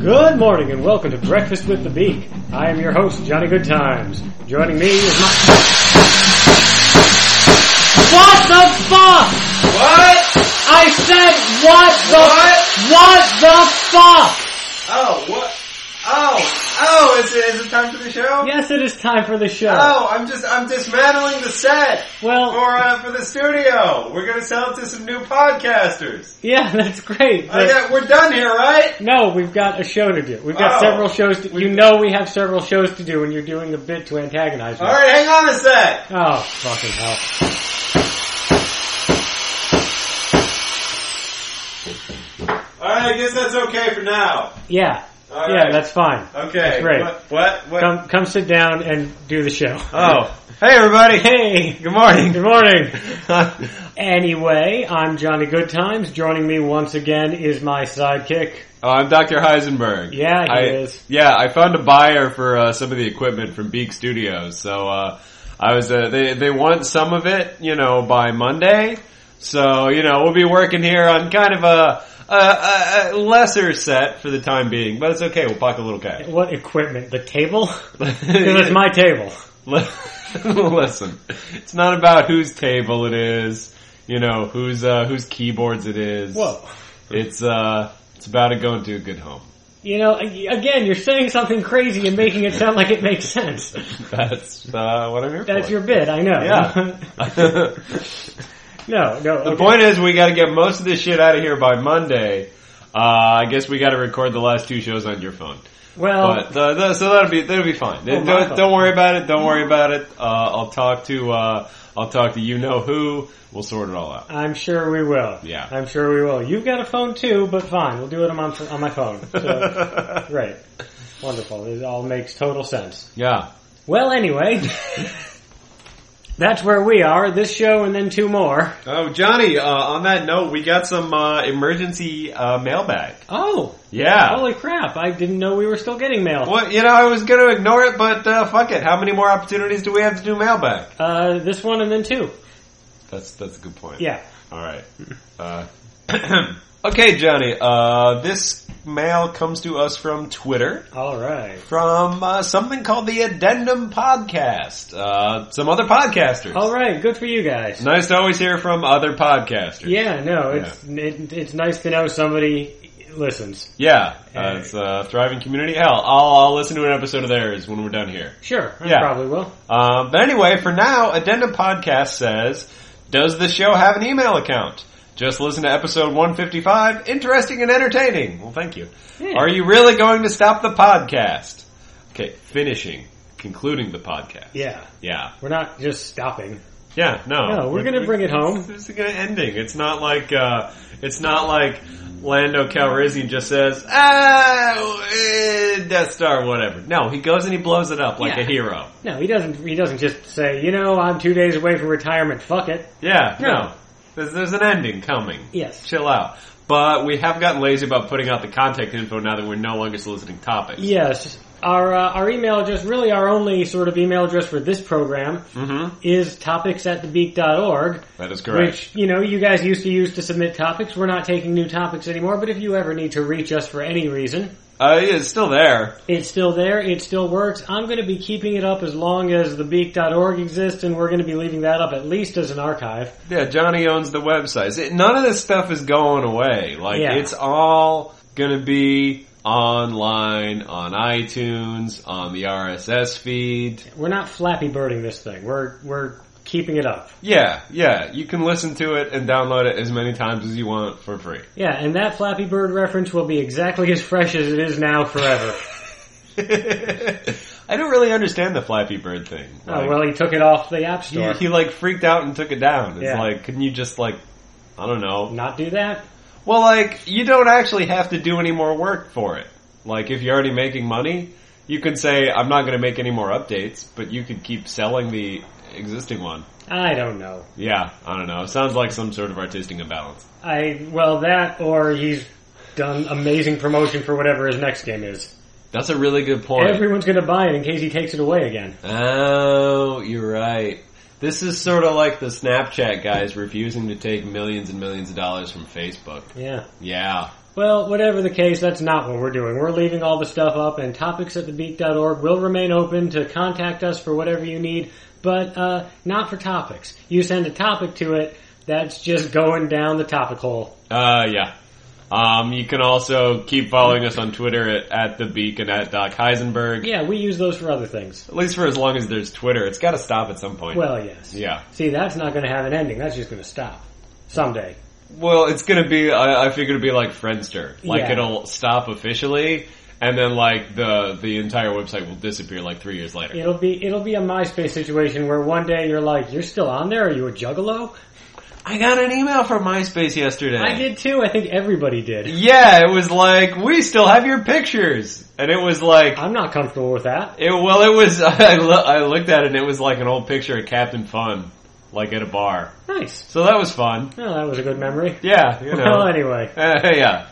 Good morning and welcome to Breakfast with the Beak. I am your host, Johnny Goodtimes. Joining me is my. What the fuck? What? I said what the What? what the fuck? Oh, what? Oh, oh, is it, is it time for the show? Yes, it is time for the show. Oh, I'm just, I'm dismantling the set for, well, uh, for the studio. We're gonna sell it to some new podcasters. yeah, that's great. I got, we're done here, right? No, we've got a show to do. We've got Oh. several shows to, you know we have several shows to do and you're doing a bit to antagonize me. Alright, hang on a sec. Oh, fucking hell. Alright, I guess that's okay for now. Yeah. All yeah, right. that's fine. Okay. great. What? What? what? Come come sit down and do the show. Oh. Hey everybody. Hey. Good morning. Good morning. oh, Anyway, I'm Johnny Goodtimes. Joining me once again is my sidekick. Oh, I'm Dr. Heisenberg. Yeah, he is. Yeah, I found a buyer for uh, some of the equipment from Beak Studios. So uh, I was uh, they they want some of it, you know, by Monday. So you know, we'll be working here on kind of a a, a, a lesser set for the time being, but it's okay. We'll pocket a little cash. What equipment? The table? 'Cause it's my table. Listen, it's not about whose table it is, you know, whose uh, whose keyboards it is. Whoa. It's uh, it's about it going to a good home. You know, again, you're saying something crazy and making it sound like it makes sense. That's uh, what I'm here That's for. your bid, I know. yeah. no, no. The okay. point is, we got to get most of this shit out of here by Monday. Uh, I guess we got to record the last two shows on your phone, Well, but uh, th- so that'll be that'll be fine. Oh, my don't, phone. don't worry about it. Don't worry about it. Uh, I'll talk to uh, I'll talk to you know who. We'll sort it all out. I'm sure we will. Yeah. I'm sure we will. You've got a phone too, but fine. We'll do it on my, on my phone. So, great. Wonderful. It all makes total sense. yeah, Well, anyway, that's where we are. This show and then two more. Oh, Johnny. Uh, on that note, we got some uh, emergency uh, mailbag. Oh, Yeah. holy crap! I didn't know we were still getting mail. Well, you know, I was going to ignore it, but uh, fuck it. How many more opportunities do we have to do mailbag? Uh, this one and then two. That's that's a good point. Yeah. All right. Uh, okay, Johnny. Uh, this mail comes to us from Twitter, All right. from uh, something called the Addendum Podcast. Uh, some other podcasters. All right. Good for you guys. Nice to always hear from other podcasters. Yeah. No. It's It, it's nice to know somebody listens. Yeah, Hey. uh, it's a thriving community. Hell, I'll, I'll listen to an episode of theirs when we're done here. Sure. I Yeah. Probably will. Um, but anyway, for now, Addendum Podcast says, does the show have an email account? Just listen to episode 155. Interesting and entertaining. Well, thank you. Yeah. Are you really going to stop the podcast? Okay, finishing, concluding the podcast. Yeah. Yeah. We're not just stopping. Yeah, no. No, we're gonna bring it home. This is gonna ending. It's not like uh, it's not like Lando Calrissian just says, "Ah, eh, Death Star, whatever." No, he goes and he blows it up like Yeah. a hero. No, he doesn't. He doesn't just say, you know, I'm two days away from retirement. Fuck it. Yeah, No. no. There's, there's an ending coming. Yes. Chill out. But we have gotten lazy about putting out the contact info now that we're no longer soliciting topics. Yes. Our, uh, our email address, really our only sort of email address for this program, Mm-hmm. is topics at thebeak.org, That is correct. which, you know, you guys used to use to submit topics. We're not taking new topics anymore, but if you ever need to reach us for any reason, Uh, yeah, it's still there. it's still there. It still works. I'm going to be keeping it up as long as thebeak.org exists, and we're going to be leaving that up at least as an archive. Yeah, Johnny owns the websites. It, none of this stuff is going away. Like, Yeah. it's all going to be online, on iTunes, on the RSS feed. We're not flappy birding this thing. We're, we're keeping it up. Yeah, yeah. You can listen to it and download it as many times as you want for free. Yeah, and that Flappy Bird reference will be exactly as fresh as it is now forever. I don't really understand the Flappy Bird thing. Oh, Like, well, he took it off the App he, Store. he like freaked out and took it down. It's Yeah. like, couldn't you just like, I don't know. Not do that? Well, like you don't actually have to do any more work for it. Like if you're already making money, you could say, I'm not going to make any more updates, but you could keep selling the existing one. I don't know. Yeah, I don't know. It sounds like some sort of artistic imbalance. I well that or he's done amazing promotion for whatever his next game is. That's a really good point. Everyone's going to buy it in case he takes it away again. oh, you're right. This is sort of like the Snapchat guys refusing to take millions and millions of dollars from Facebook. Yeah. Yeah. Well, whatever the case, that's not what we're doing. We're leaving all the stuff up, and topics at thebeak.org will remain open to contact us for whatever you need, but uh, not for topics. You send a topic to it, that's just going down the topic hole. Uh, yeah. Um, you can also keep following us on Twitter at, at the Beak and at Doc Heisenberg. Yeah, we use those for other things. At least for as long as there's Twitter, it's got to stop at some point. Well, yes. yeah. See, that's not going to have an ending. That's just going to stop someday. Well, it's gonna be. I, I figure it'll be like Friendster. Like Yeah. it'll stop officially, and then like the the entire website will disappear like three years later. It'll be it'll be a MySpace situation where one day you're like, you're still on there? Are you a juggalo? I got an email from MySpace yesterday. I did too. I think everybody did. Yeah, it was like we still have your pictures, and it was like. I'm not comfortable with that. It, well, it was. I, lo- I looked at it, and it was like an old picture of Captain Fun, like at a bar. Nice. So that was fun. Well, that was a good memory. Yeah, you know. Well, anyway. Eh, yeah.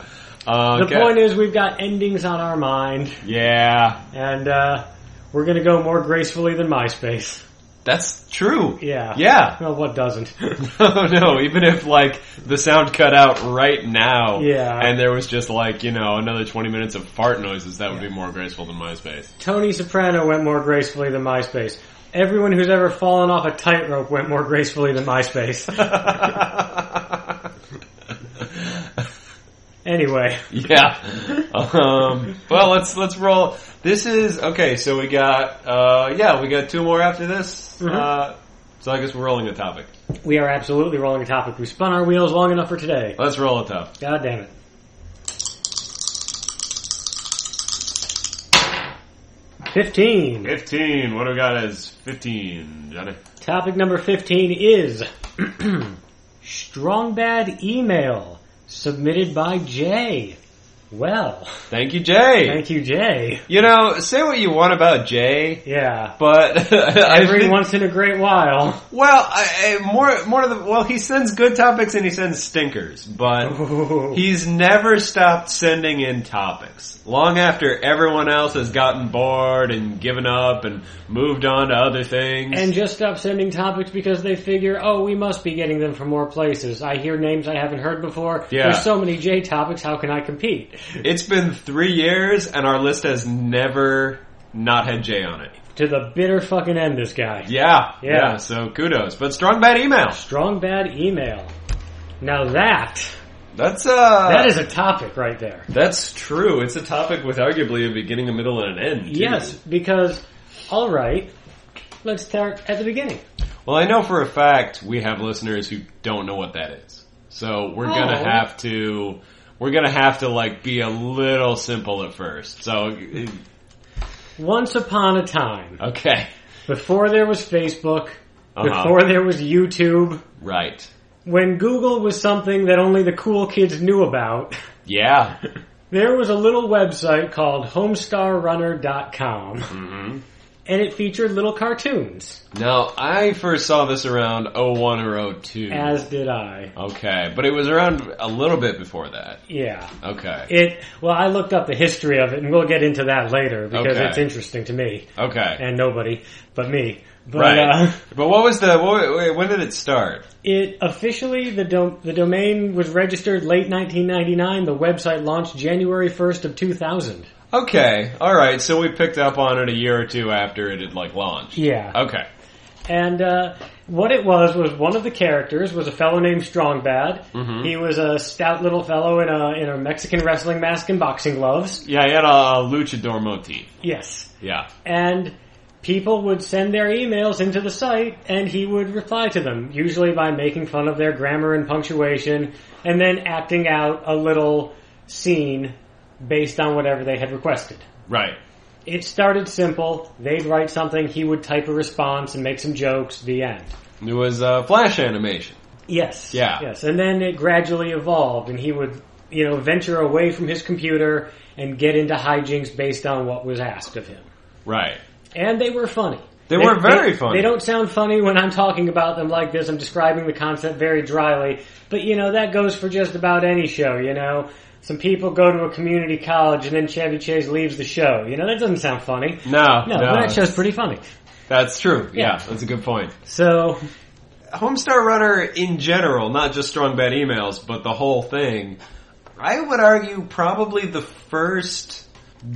Uh, The point is, we've got endings on our mind, yeah, and uh, we're going to go more gracefully than MySpace. that's true. Yeah. Yeah. Well, what doesn't? no, no, even if like the sound cut out right now, Yeah. and there was just like you know another twenty minutes of fart noises, that would be more graceful than MySpace. Tony Soprano went more gracefully than MySpace. Everyone who's ever fallen off a tightrope went more gracefully than MySpace. anyway, yeah. Um, well, let's let's roll. This is okay. So we got uh, yeah, we got two more after this. Mhm. Uh, so I guess we're rolling a topic. we are absolutely rolling a topic. We spun our wheels long enough for today. Let's roll a topic. God damn it. Fifteen. Fifteen. What do we got as fifteen, Johnny? Topic number 15 is Strong Bad Email submitted by Jay. Well, Thank you, Jay. thank you, Jay. you know, say what you want about Jay, Yeah. but I Every think- once in a great while. Well, I, I, more more of the well, he sends good topics and he sends stinkers, but Ooh. he's never stopped sending in topics. Long after everyone else has gotten bored and given up and moved on to other things. and just stop sending topics because they figure, oh, we must be getting them from more places. I hear names I haven't heard before. Yeah. There's so many Jay topics, how can I compete? it's been three years, and our list has never not had Jay on it. To the bitter fucking end, this guy. Yeah, yeah. Yeah. so kudos, but strong bad email. Strong Bad Email. Now that, That's uh, that is a topic right there. that's true. It's a topic with arguably a beginning, a middle, and an end. too. Yes, because all right, let's start at the beginning. Well, I know for a fact we have listeners who don't know what that is. So we're gonna Oh. have to, we're gonna have to like be a little simple at first. So, Once upon a time, okay. before there was Facebook, Uh-huh. before there was YouTube, Right. when Google was something that only the cool kids knew about, Yeah. there was a little website called homestarrunner.com. And it featured little cartoons, Mm-hmm. Now, I first saw this around 01 or 02. as did I. okay. But it was around a little bit before that. Yeah. Okay. It well, I looked up the history of it, and we'll get into that later because Okay. it's interesting to me okay. and nobody but me. But Right. uh, But what was the, what, when did it start? It officially the dom- the domain was registered late 1999. The website launched January 1st of 2000. Okay. Alright. So we picked up on it a year or two after it had like launched. Yeah. Okay. And uh, what it was was one of the characters was a fellow named Strongbad. He was a stout little fellow in a in a Mexican wrestling mask and boxing gloves. Yeah, he had a luchador motif. Yes. Yeah. And people would send their emails into the site and he would reply to them, usually by making fun of their grammar and punctuation and then acting out a little scene based on whatever they had requested. Right. It started simple. They'd write something, he would type a response and make some jokes, the end. It was uh, flash animation. Yes. Yeah. Yes. And then it gradually evolved and he would, you know, venture away from his computer and get into hijinks based on what was asked of him. Right. And they were funny. They were very funny. They don't sound funny when I'm talking about them like this. I'm describing the concept very dryly. But, you know, that goes for just about any show, you know. Some people go to a community college and then Chevy Chase leaves the show. You know, that doesn't sound funny. No, No, no. but that show's pretty funny. That's true. Yeah. Yeah. that's a good point. So, Homestar Runner in general, not just Strong Bad Emails, but the whole thing, I would argue probably the first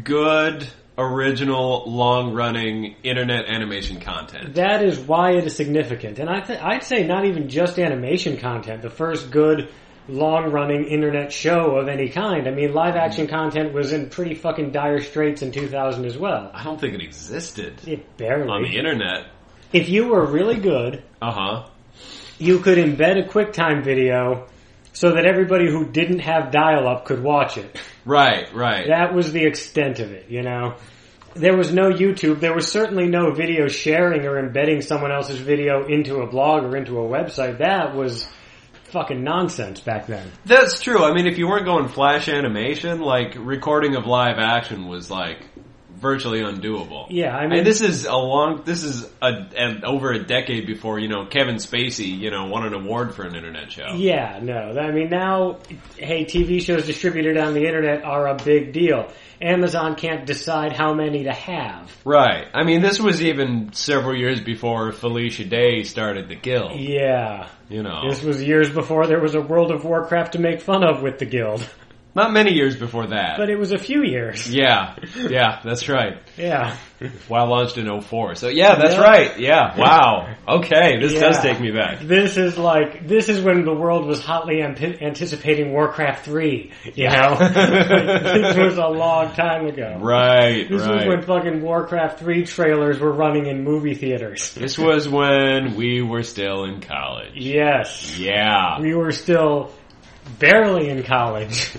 good original long running internet animation content. That is why it is significant. And I th- I'd say not even just animation content, the first good long running internet show of any kind. I mean, live action content was in pretty fucking dire straits in 2000 as well. I don't think it existed It barely. on the internet. if you were really good, Uh huh. you could embed a QuickTime video so that everybody who didn't have dial up could watch it. Right, right. That was the extent of it, you know. There was no YouTube. There was certainly no video sharing or embedding someone else's video into a blog or into a website. That was fucking nonsense back then. That's true. I mean, if you weren't going flash animation, like recording of live action was like virtually undoable. Yeah, I I mean, mean, this is a long. This is a, an over a decade before you know Kevin Spacey, you know, won an award for an internet show. yeah, no. I mean, now, hey, TV shows distributed on the internet are a big deal. Amazon can't decide how many to have. Right. I mean, this was even several years before Felicia Day started the guild. Yeah. You know, This was years before there was a World of Warcraft to make fun of with the guild. not many years before that. But it was a few years. yeah, yeah, that's right. Yeah. Wow launched in 04. So yeah, that's Yeah. right. Yeah. Wow. Okay, this Yeah. does take me back. This is like this is when the world was hotly amp- anticipating Warcraft three. You know, this was a long time ago. Right. This was right. when fucking Warcraft three trailers were running in movie theaters. This was when we were still in college. Yes, Yeah. we were still barely in college.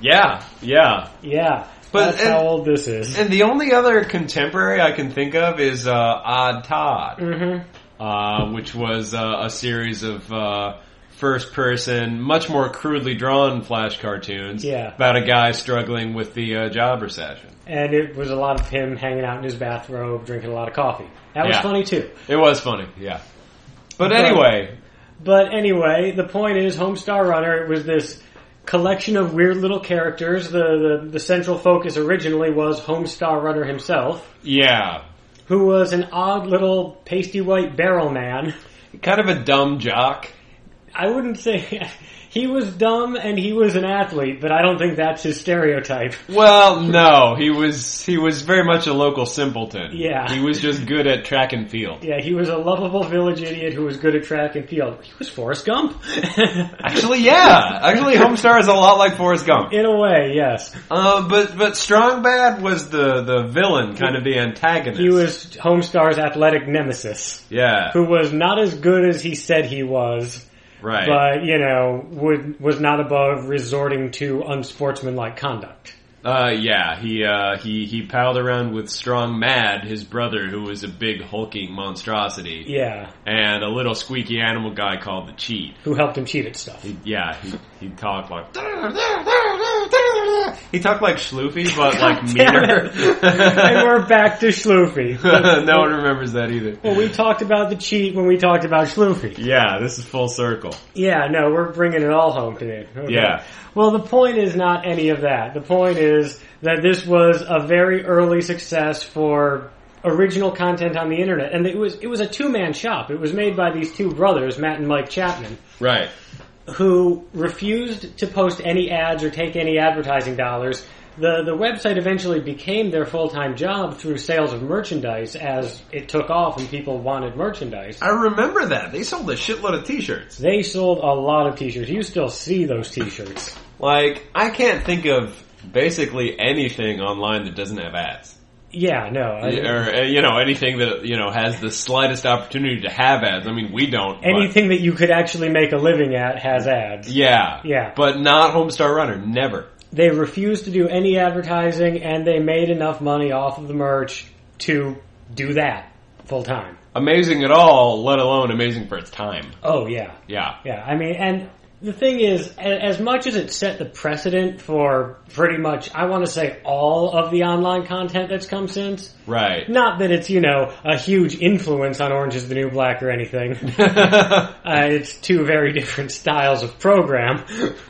Yeah. Yeah. yeah, But- that's how old this is. And the only other contemporary I can think of is uh, Odd Todd, hmm uh, which was uh, a series of uh, first person, much more crudely drawn flash cartoons Yeah. about a guy struggling with the uh, job recession. And it was a lot of him hanging out in his bathrobe, drinking a lot of coffee. That was Yeah. funny too. It was funny, yeah. But anyway, But anyway, the point is, Homestar Runner it was this collection of weird little characters. The, the the central focus originally was Homestar Runner himself, yeah. who was an odd little pasty white barrel man. Kind of a dumb jock. I wouldn't say he was dumb and he was an athlete, but I don't think that's his stereotype. Well, no, he was he was very much a local simpleton. Yeah. He was just good at track and field. Yeah, he was a lovable village idiot who was good at track and field. He was Forrest Gump. Actually, yeah. Actually, Homestar is a lot like Forrest Gump. In a way, yes. Uh, but but Strong Bad was the the villain, kind of the antagonist. He was Homestar's athletic nemesis, yeah, who was not as good as he said he was. right. but you know would was not above resorting to unsportsmanlike conduct uh, yeah, he uh, he he palled around with Strong Mad, his brother, who was a big hulking monstrosity, yeah and a little squeaky animal guy called the Cheat. who helped him cheat at stuff Yeah, he he talked like he talked like Schloofy, but like meaner. and we're back to schloofy no one remembers that either. well we talked about the cheat when we talked about schloofy Yeah, this is full circle. yeah no we're bringing it all home today Okay. Yeah. well the point is not any of that the point is that this was a very early success for original content on the internet and it was it was a two-man shop it was made by these two brothers matt and mike chapman Right. who refused to post any ads or take any advertising dollars. The, the website eventually became their full time job through sales of merchandise as it took off and people wanted merchandise. I remember that. They sold a shitload of t-shirts. They sold a lot of t shirts. You still see those t shirts. Like, I can't think of basically anything online that doesn't have ads. Yeah, no. I- Or, uh, you know, anything that, you know, has the slightest opportunity to have ads. I mean, we don't. but- anything that you could actually make a living at has ads. yeah. Yeah. But not Homestar Runner. Never. They refused to do any advertising and they made enough money off of the merch to do that full time. Amazing at all, let alone amazing for its time. Oh, yeah. Yeah. Yeah, I mean, and the thing is, a- as much as it set the precedent for pretty much, I want to say, all of the online content that's come since, Right. not that it's, you know, a huge influence on Orange is the New Black or anything. uh, it's two very different styles of program.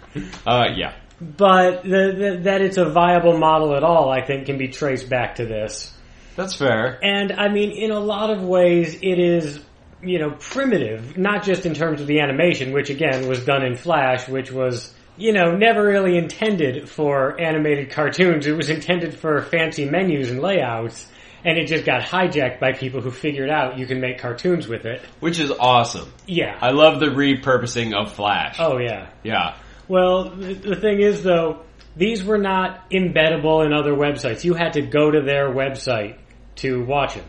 Uh, yeah. But the, the, that it's a viable model at all, I think, can be traced back to this. That's fair. And I mean, in a lot of ways, it is, you know, primitive, not just in terms of the animation, which again was done in Flash, which was you know, never really intended for animated cartoons. It was intended for fancy menus and layouts, and it just got hijacked by people who figured out you can make cartoons with it. which is awesome. Yeah. I love the repurposing of Flash. oh, yeah. Yeah. Well, the the thing is, though, these were not embeddable in other websites. You had to go to their website to watch them.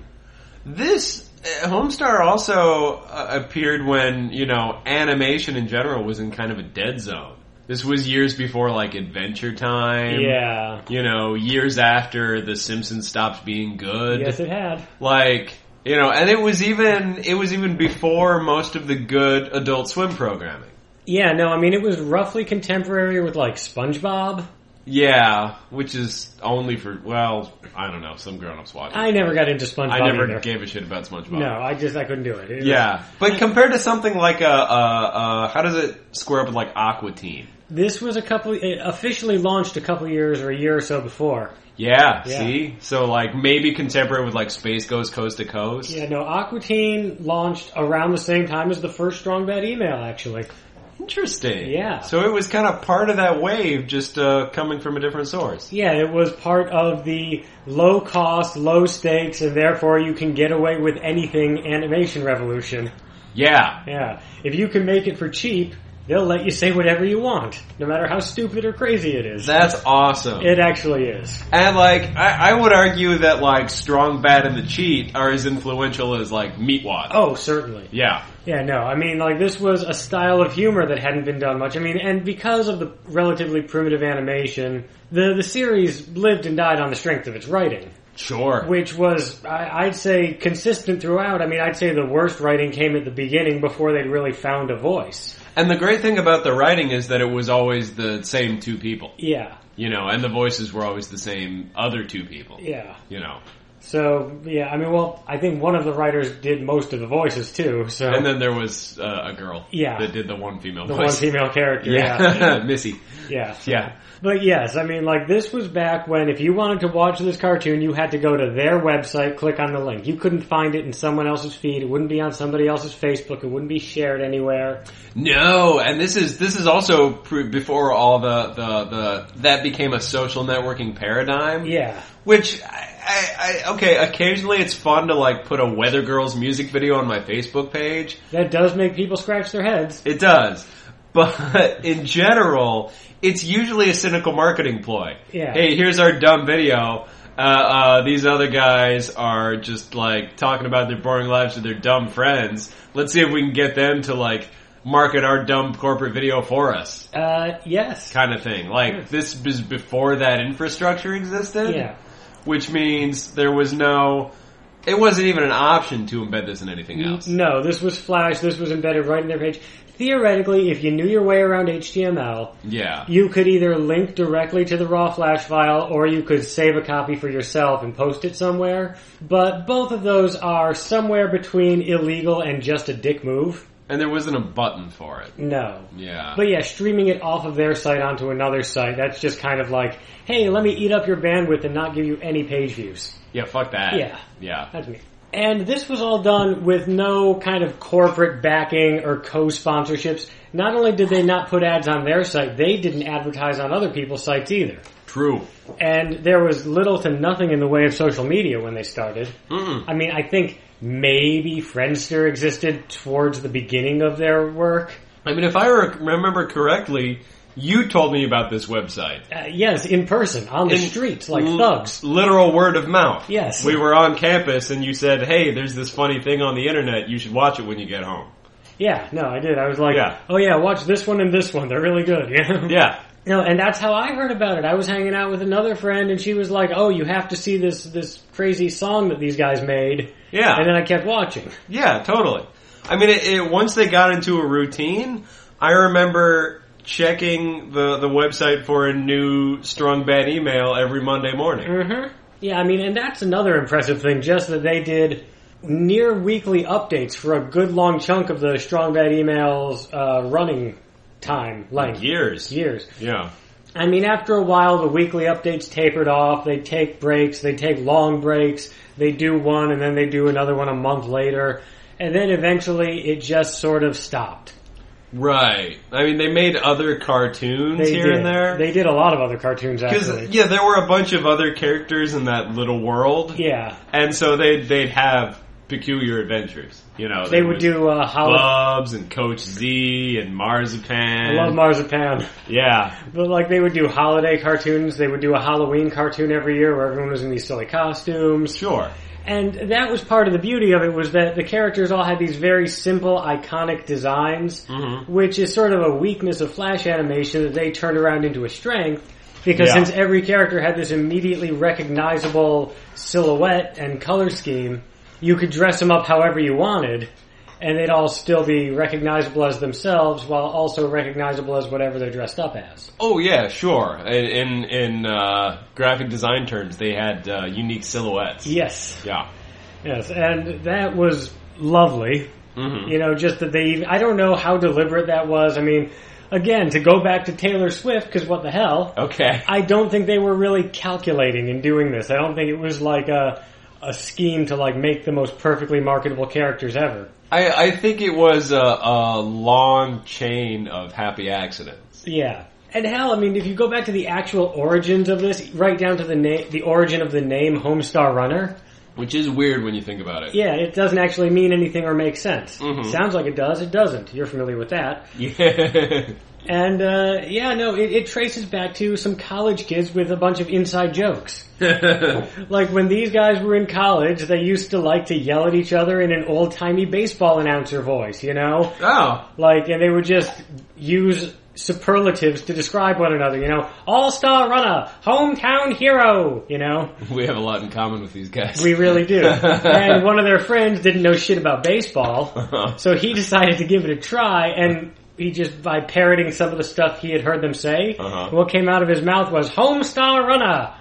This uh, Homestar also uh, appeared when you know animation in general was in kind of a dead zone. This was years before like Adventure Time. Yeah. You know, years after The Simpsons stopped being good. Yes, it had. Like you know, and it was even it was even before most of the good Adult Swim programming. Yeah, no, I mean, it was roughly contemporary with, like, SpongeBob. Yeah, which is only for well, I don't know. Some grown-ups watch. it. I never got into SpongeBob I never either. gave a shit about SpongeBob. no, I just, I couldn't do it. It was- Yeah, but compared to something like a, a, a how does it square up with like Aqua Teen? This was a couple, it officially launched a couple years or a year or so before. Yeah, Yeah. see, so like maybe contemporary with like Space Goes Coast to Coast. Yeah, no, Aquatine launched around the same time as the first Strong Bad email, actually. Interesting. Yeah. So it was kind of part of that wave, just uh, coming from a different source. Yeah, it was part of the low cost, low stakes, and therefore you can get away with anything animation revolution. Yeah. Yeah. If you can make it for cheap, they'll let you say whatever you want, no matter how stupid or crazy it is. That's awesome. It actually is. and like, I, I would argue that like Strong Bad and the Cheat are as influential as like Meatwad. Oh, certainly. Yeah. Yeah, no, I mean, like, this was a style of humor that hadn't been done much. I mean, and because of the relatively primitive animation, the, the series lived and died on the strength of its writing, Sure. which was, I, I'd say, consistent throughout. I mean, I'd say the worst writing came at the beginning before they'd really found a voice. and the great thing about the writing is that it was always the same two people. Yeah, you know, and the voices were always the same other two people, yeah. you know. So, yeah, I mean, well, I think one of the writers did most of the voices, too, so. And then there was uh, a girl Yeah. that did the one female the one voice. female character, yeah. yeah, Missy. yeah. Yeah. But yes, I mean, like, this was back when if you wanted to watch this cartoon, you had to go to their website, click on the link. You couldn't find it in someone else's feed. It wouldn't be on somebody else's Facebook. It wouldn't be shared anywhere. No, and this is this is also pre- before all the, the the that became a social networking paradigm. Yeah. Which I, I, I okay, occasionally it's fun to like put a Weather Girls music video on my Facebook page. That does make people scratch their heads. It does. But in general, it's usually a cynical marketing ploy. Yeah. Hey, here's our dumb video. Uh, uh, these other guys are just like talking about their boring lives to their dumb friends. Let's see if we can get them to like market our dumb corporate video for us, Uh, yes. kind of thing. Like this was before that infrastructure existed. Hmm. Yeah. Which means there was no. It wasn't even an option to embed this in anything else. No, this was Flash. This was embedded right in their page. Theoretically, if you knew your way around HTML, Yeah. you could either link directly to the raw flash file or you could save a copy for yourself and post it somewhere. But both of those are somewhere between illegal and just a dick move. And there wasn't a button for it. No. Yeah. But yeah, streaming it off of their site onto another site, that's just kind of like, hey, let me eat up your bandwidth and not give you any page views. Yeah, fuck that. Yeah. Yeah. That's me. And this was all done with no kind of corporate backing or co-sponsorships. Not only did they not put ads on their site, they didn't advertise on other people's sites either. True. and there was little to nothing in the way of social media when they started. Mm-mm. I mean, I think maybe Friendster existed towards the beginning of their work. I mean, if I rec- remember correctly, you told me about this website. Uh, yes, in person, on the In- streets, like L- thugs. Literal word of mouth. Yes. We were on campus and you said, hey, there's this funny thing on the internet. You should watch it when you get home. Yeah, no, I did. I was like, Yeah. oh yeah, watch this one and this one. They're really good. Yeah. Yeah. No, and that's how I heard about it. I was hanging out with another friend, and she was like, "Oh, you have to see this this crazy song that these guys made." Yeah. And then I kept watching. Yeah, totally. I mean, it, it, once they got into a routine, I remember checking the, the website for a new strong bad email every Monday morning. Mm-hmm. Yeah, I mean, and that's another impressive thing, just that they did near weekly updates for a good long chunk of the Strong Bad Email's uh, running time length. Years. Years. Yeah. I mean, after a while, the weekly updates tapered off. They take breaks. They take long breaks. They do one, and then they do another one a month later. And then eventually, it just sort of stopped. Right. I mean, they made other cartoons They here did. and there. They did a lot of other cartoons actually. Because yeah, there were a bunch of other characters in that little world, yeah, and so they they'd have peculiar adventures. You know, they there would was do uh, Hol- Bubs and Coach Z and I Marzipan. love Marzipan. yeah, But like they would do holiday cartoons, they would do a Halloween cartoon every year where everyone was in these silly costumes. sure. And that was part of the beauty of it was that the characters all had these very simple, iconic designs, which is sort of a weakness of Flash animation that they turned around into a strength. Because Yeah. since every character had this immediately recognizable silhouette and color scheme, you could dress them up however you wanted, and they'd all still be recognizable as themselves while also recognizable as whatever they're dressed up as. Oh yeah, sure. In in, in uh, graphic design terms, they had uh, unique silhouettes. Yes. Yeah. Yes, and that was lovely. Mhm. You know, just that they, I don't know how deliberate that was. I mean, again, to go back to Taylor Swift, because what the hell? Okay. I don't think they were really calculating in doing this. I don't think it was like a, a scheme to like make the most perfectly marketable characters ever. I, I think it was a, a long chain of happy accidents. Yeah. And hell, I mean, if you go back to the actual origins of this, right down to the na- the origin of the name Homestar Runner, Which is weird when you think about it. yeah, it doesn't actually mean anything or make sense. Mhm. Sounds like it does, it doesn't. You're familiar with that. Yeah. And uh, yeah, no, it, it traces back to some college kids with a bunch of inside jokes. Like when these guys were in college, they used to like to yell at each other in an old timey baseball announcer voice, you know? oh. Like, and they would just use superlatives to describe one another, you know? All star runner, hometown hero, you know? We have a lot in common with these guys. We really do. and one of their friends didn't know shit about baseball. So he decided to give it a try, and he just by parroting some of the stuff he had heard them say, Uh-huh. what came out of his mouth was "Homestar Runner,"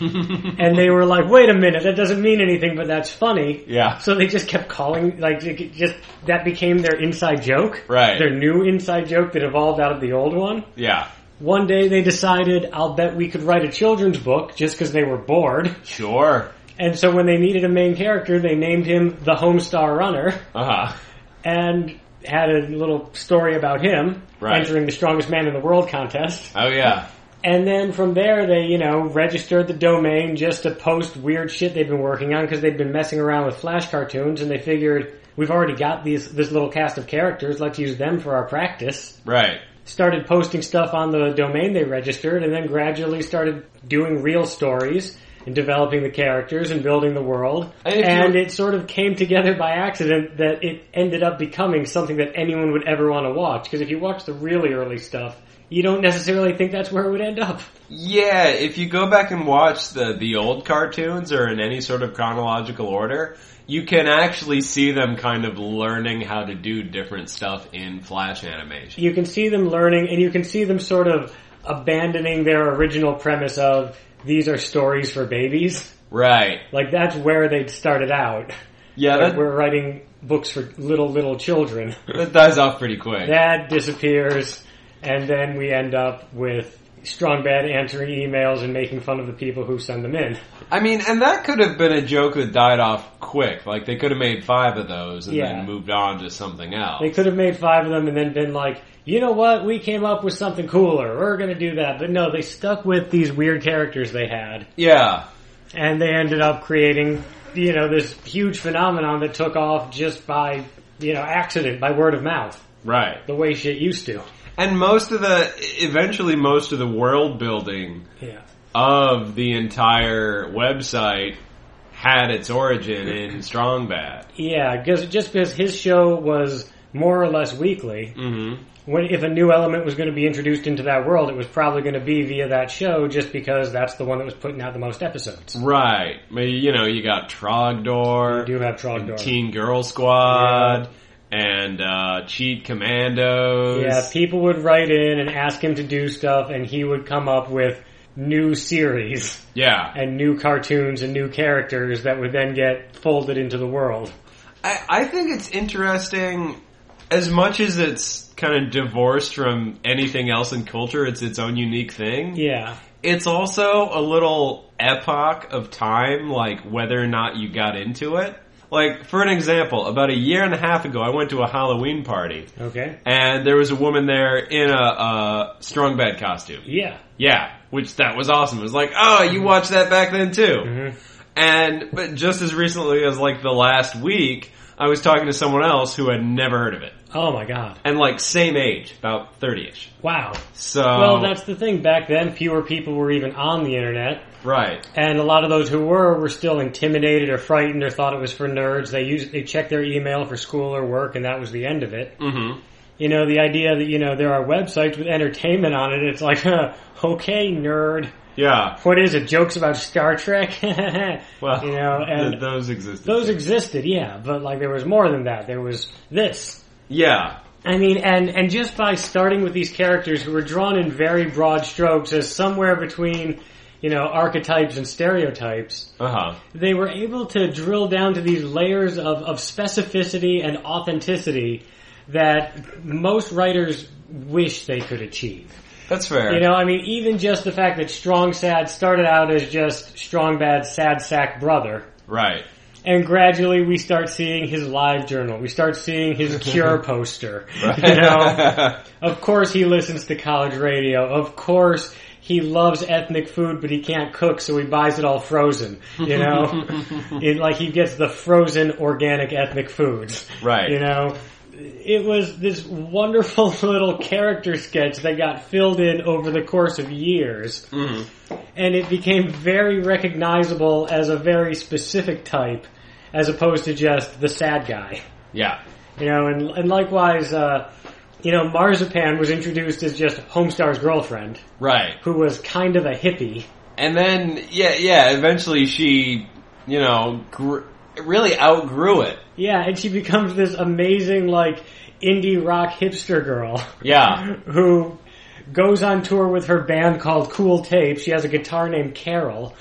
and they were like, "Wait a minute, that doesn't mean anything, but that's funny." yeah. So they just kept calling, like, it just that became their inside joke, Right. Their new inside joke that evolved out of the old one. Yeah. One day they decided, "I'll bet we could write a children's book," just because they were bored. Sure. And so when they needed a main character, they named him the Homestar Runner. Uh huh. and had a little story about him Right. entering the strongest man in the world contest. Oh yeah. And then from there, they, you know, registered the domain just to post weird shit they've been working on because they've been messing around with Flash cartoons and they figured we've already got these, this little cast of characters. Let's use them for our practice. Right. Started posting stuff on the domain they registered and then gradually started doing real stories and developing the characters and building the world. And if you- And it sort of came together by accident that it ended up becoming something that anyone would ever want to watch. Because if you watch the really early stuff, you don't necessarily think that's where it would end up. Yeah, if you go back and watch the the old cartoons or in any sort of chronological order, you can actually see them kind of learning how to do different stuff in Flash animation. You can see them learning and you can see them sort of abandoning their original premise of these are stories for babies. Right. Like that's where they started out. Yeah, Like, that, we're writing books for little, little children. that dies off pretty quick. That disappears, and then we end up with Strong Bad answering emails and making fun of the people who send them in. I mean, and that could have been a joke that died off quick. Like they could have made five of those and Yeah. then moved on to something else. They could have made five of them and then been like, you know what, we came up with something cooler, we're gonna do that. But no, they stuck with these weird characters they had, yeah. and they ended up creating, you know, this huge phenomenon that took off just by, you know, accident, by word of mouth, Right. the way shit used to. And most of the eventually most of the world building Yeah. of the entire website had its origin in Strong Bad. Yeah, because just because his show was more or less weekly, Mm-hmm. when if a new element was going to be introduced into that world, it was probably going to be via that show, just because that's the one that was putting out the most episodes. Right. I mean, You know, you got I Trogdor, do have Trogdor. Teen Girl Squad, and uh, Cheat Commandos. Yeah, people would write in and ask him to do stuff, and he would come up with new series Yeah. and new cartoons and new characters that would then get folded into the world. I, I think it's interesting as much as it's kind of divorced from anything else in culture, it's its own unique thing. Yeah, It's also a little epoch of time, like whether or not you got into it. Like, for an example, about a year and a half ago, I went to a Halloween party. okay. and there was a woman there in a uh, strong bed costume. Yeah. Yeah, which that was awesome. It was like, oh, you watched that back then too. And but just as recently as like the last week, I was talking to someone else who had never heard of it, Oh my god. and like same age, about thirty-ish. Wow. So Well, that's the thing. Back then, fewer people were even on the internet, right. and a lot of those who were were still intimidated or frightened or thought it was for nerds. They used they checked their email for school or work, and that was the end of it. Mm-hmm. You know, the idea that you know there are websites with entertainment on it. It's like, huh, okay, nerd. Yeah. What is it? Jokes about Star Trek. Well, you know, and th- those existed. those too. existed, yeah, but like there was more than that. There was this. yeah. I mean, and and just by starting with these characters who were drawn in very broad strokes as somewhere between, you know, archetypes and stereotypes, Uh huh. they were able to drill down to these layers of, of specificity and authenticity that most writers wish they could achieve. That's fair. You know, I mean, even just the fact that Strong Sad started out as just Strong Bad Sad Sack Brother. right. And gradually we start seeing his live journal. We start seeing his cure poster. You know, of course he listens to college radio. Of course he loves ethnic food, but he can't cook, so he buys it all frozen. You know, it, like he gets the frozen organic ethnic foods. Right. You know, it was this wonderful little character sketch that got filled in over the course of years Mhm. and it became very recognizable as a very specific type, as opposed to just the sad guy. Yeah. You know, and, and likewise, uh, you know, Marzipan was introduced as just Homestar's girlfriend, Right. who was kind of a hippie. And then yeah, yeah. Eventually, she you know gr- really outgrew it. Yeah, and she becomes this amazing, like, indie rock hipster girl Yeah. who goes on tour with her band called Cool Tape. She has a guitar named Carol.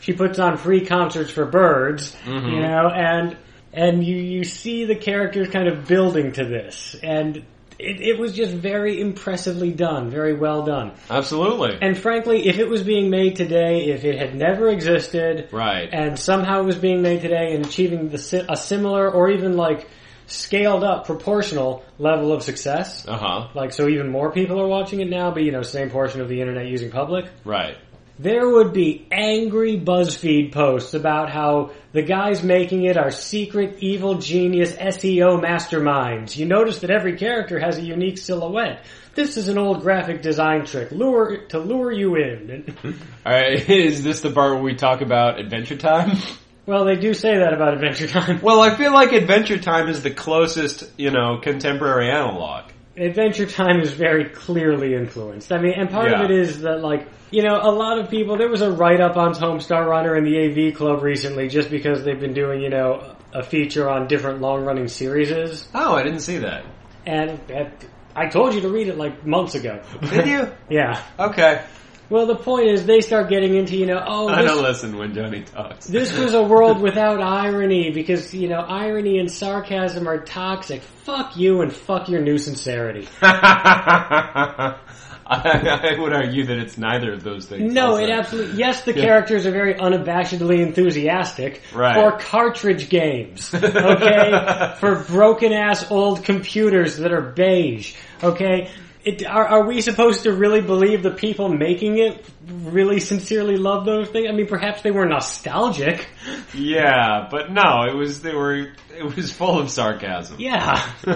she puts on free concerts for birds, you know, and and you you see the characters kind of building to this, and it, it was just very impressively done, very well done. Absolutely. And frankly, if it was being made today, if it had never existed, Right. and somehow it was being made today and achieving the si- a similar or even like scaled up proportional level of success. Uh huh. Like, so even more people are watching it now, but you know, same portion of the internet using public Right. there would be angry BuzzFeed posts about how the guys making it are secret evil genius SEO masterminds. You notice that every character has a unique silhouette. This is an old graphic design trick lure to lure you in. And, All right. Is this the part where we talk about Adventure Time? well, they do say that about Adventure Time. Well, I feel like Adventure Time is the closest, you know, contemporary analog. Adventure Time is very clearly influenced. I mean, and part Yeah. of it is that, like, you know, a lot of people, there was a write up on Homestar Runner and the AV Club recently just because they've been doing, you know, a feature on different long running series. Oh, I didn't see that. and that, I told you to read it like months ago. Did you? yeah. Okay. Well, the point is, they start getting into you know, I don't oh, listen when Johnny talks. this, this was a world without irony because you know irony and sarcasm are toxic. Fuck you and fuck your new sincerity. I, I would argue that it's neither of those things. No, also. it absolutely. Yes, the characters are very unabashedly enthusiastic Right. for cartridge games. Okay, for broken ass old computers that are beige. Okay. It, are, are we supposed to really believe the people making it really sincerely love those things? I mean, perhaps they were nostalgic. Yeah, but no, it was they were it was full of sarcasm. Yeah.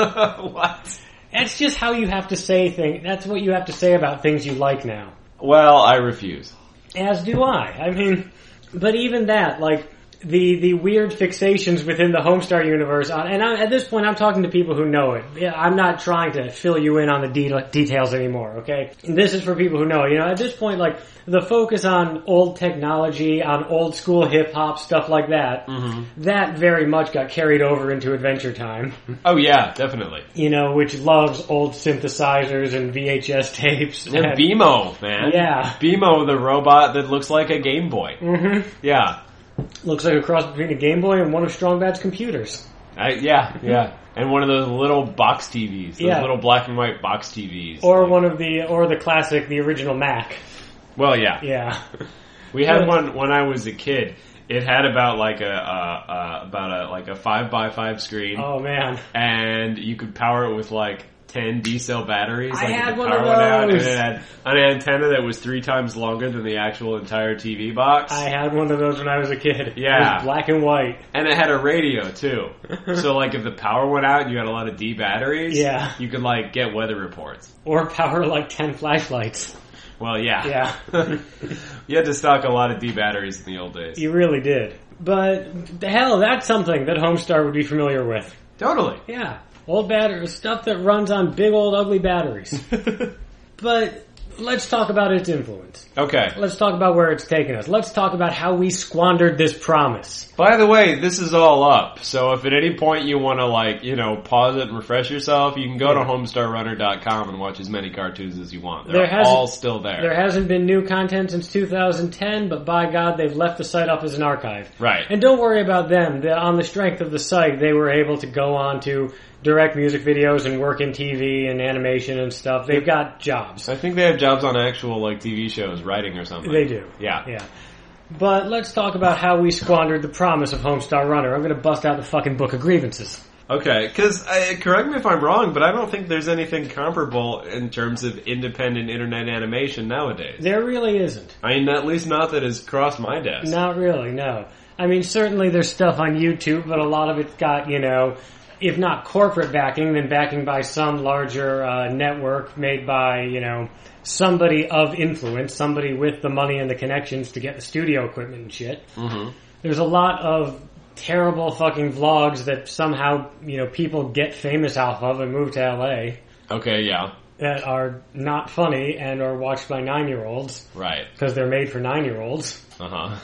what? That's just how you have to say things. That's what you have to say about things you like now. Well, I refuse. As do I. I mean, but even that, like the the weird fixations within the Homestar universe. On, and I, at this point, I'm talking to people who know it. Yeah, I'm not trying to fill you in on the de- details anymore. Okay, this is for people who know. it. You know, at this point, like the focus on old technology, on old school hip hop stuff like that. That very much got carried over into Adventure Time. Oh yeah, definitely. You know, which loves old synthesizers and VHS tapes. And and- Beemo, man. Yeah. Beemo, the robot that looks like a Game Boy. Mhm. Yeah. Looks like a cross between a Game Boy and one of Strong Bad's computers. I, yeah, yeah. And one of those little box TVs, those Yeah. little black and white box TVs. Or Like- one of the, or the classic, the original Mac. Well, yeah. Yeah. We had Yeah. one when I was a kid. It had about like a uh, uh, about a like a five by five screen, Oh man. and you could power it with like. 10 D cell batteries. I like you had could one power of out, and those. it had an antenna that was three times longer than the actual entire TV box. I had one of those when I was a kid. Yeah. It was black and white. And it had a radio too. so like if the power went out and you had a lot of D batteries, Yeah. you could like get weather reports. Or power like 10 flashlights. Well, yeah. Yeah. you had to stock a lot of D batteries in the old days. you really did. But the hell, that's something that Homestar would be familiar with. Totally. Yeah. Old batteries, stuff that runs on big old ugly batteries. but let's talk about its influence. okay. Let's talk about where it's taken us. Let's talk about how we squandered this promise. By the way, this is all up. So if at any point you want to like, you know, pause it and refresh yourself, you can go to homestarrunner.com and watch as many cartoons as you want. There They're has- all still there. There hasn't been new content since 2010, but by God, they've left the site up as an archive. Right. And don't worry about them. The, on the strength of the site, they were able to go on to direct music videos and work in TV and animation and stuff. They've got jobs. I think they have jobs on actual like TV shows, writing or something. They do. Yeah. Yeah. But let's talk about how we squandered the promise of Homestar Runner. I'm going to bust out the fucking Book of Grievances. Okay, because correct me if I'm wrong, but I don't think there's anything comparable in terms of independent internet animation nowadays. There really isn't. I mean, at least not that has crossed my desk. Not really, no. I mean, certainly there's stuff on YouTube, but a lot of it's got, you know, if not corporate backing, then backing by some larger uh, network made by, you know, somebody of influence, somebody with the money and the connections to get the studio equipment and shit. Mhm. There's a lot of terrible fucking vlogs that somehow, you know, people get famous off of and move to LA Okay, yeah, that are not funny and are watched by nine year olds right. because they're made for nine year olds. Uh huh.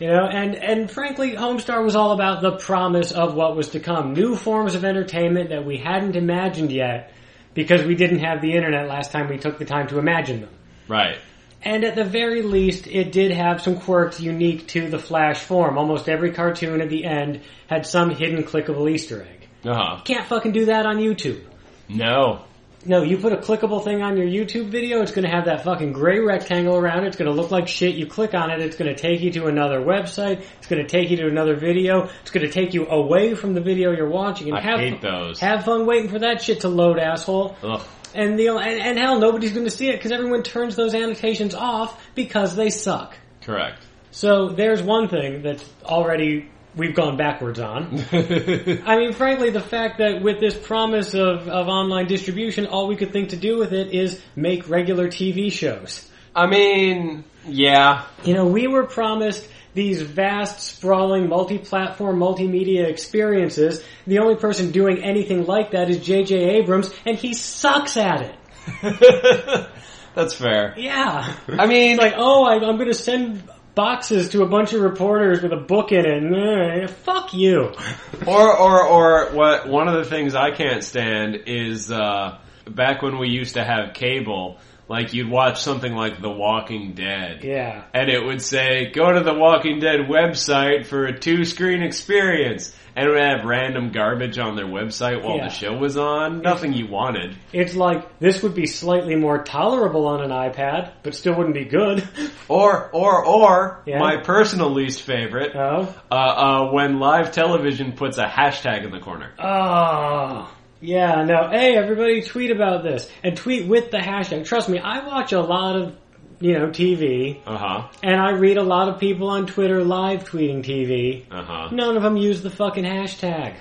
You know, and, and frankly, Homestar was all about the promise of what was to come. New forms of entertainment that we hadn't imagined yet because we didn't have the internet last time we took the time to imagine them. Right. And at the very least, it did have some quirks unique to the Flash form. Almost every cartoon at the end had some hidden clickable Easter egg. Uh huh. Can't fucking do that on YouTube. No. No, you put a clickable thing on your YouTube video, it's gonna have that fucking gray rectangle around it, it's gonna look like shit, you click on it, it's gonna take you to another website, it's gonna take you to another video, it's gonna take you away from the video you're watching, and I have, hate those. have fun waiting for that shit to load, asshole. Ugh. And the, and, and hell, nobody's gonna see it, cause everyone turns those annotations off because they suck. Correct. So there's one thing that's already, we've gone backwards on. yeah. I mean, frankly, the fact that with this promise of, of online distribution, all we could think to do with it is make regular TV shows. I mean, yeah. You know, we were promised these vast, sprawling, multi-platform, multimedia experiences. The only person doing anything like that is J.J. Abrams, and he sucks at it. That's fair. Yeah. I mean, It's like, oh, I, I'm going to send boxes to a bunch of reporters with a book in it. Nah, Fuck you. or or or what one of the things I can't stand is uh, back when we used to have cable, like you'd watch something like The Walking Dead. Yeah. And it would say, go to the Walking Dead website for a two screen experience. And it would have random garbage on their website while Yeah. the show was on. Nothing you wanted. It's like this would be slightly more tolerable on an iPad, but still wouldn't be good. Or, or, or, Yeah. my personal least favorite, Oh, uh, uh, when live television puts a hashtag in the corner. oh, yeah. No, hey, everybody, tweet about this and tweet with the hashtag. Trust me, I watch a lot of you know TV, Uh huh. and I read a lot of people on Twitter live tweeting TV. Uh huh. None of them use the fucking hashtag.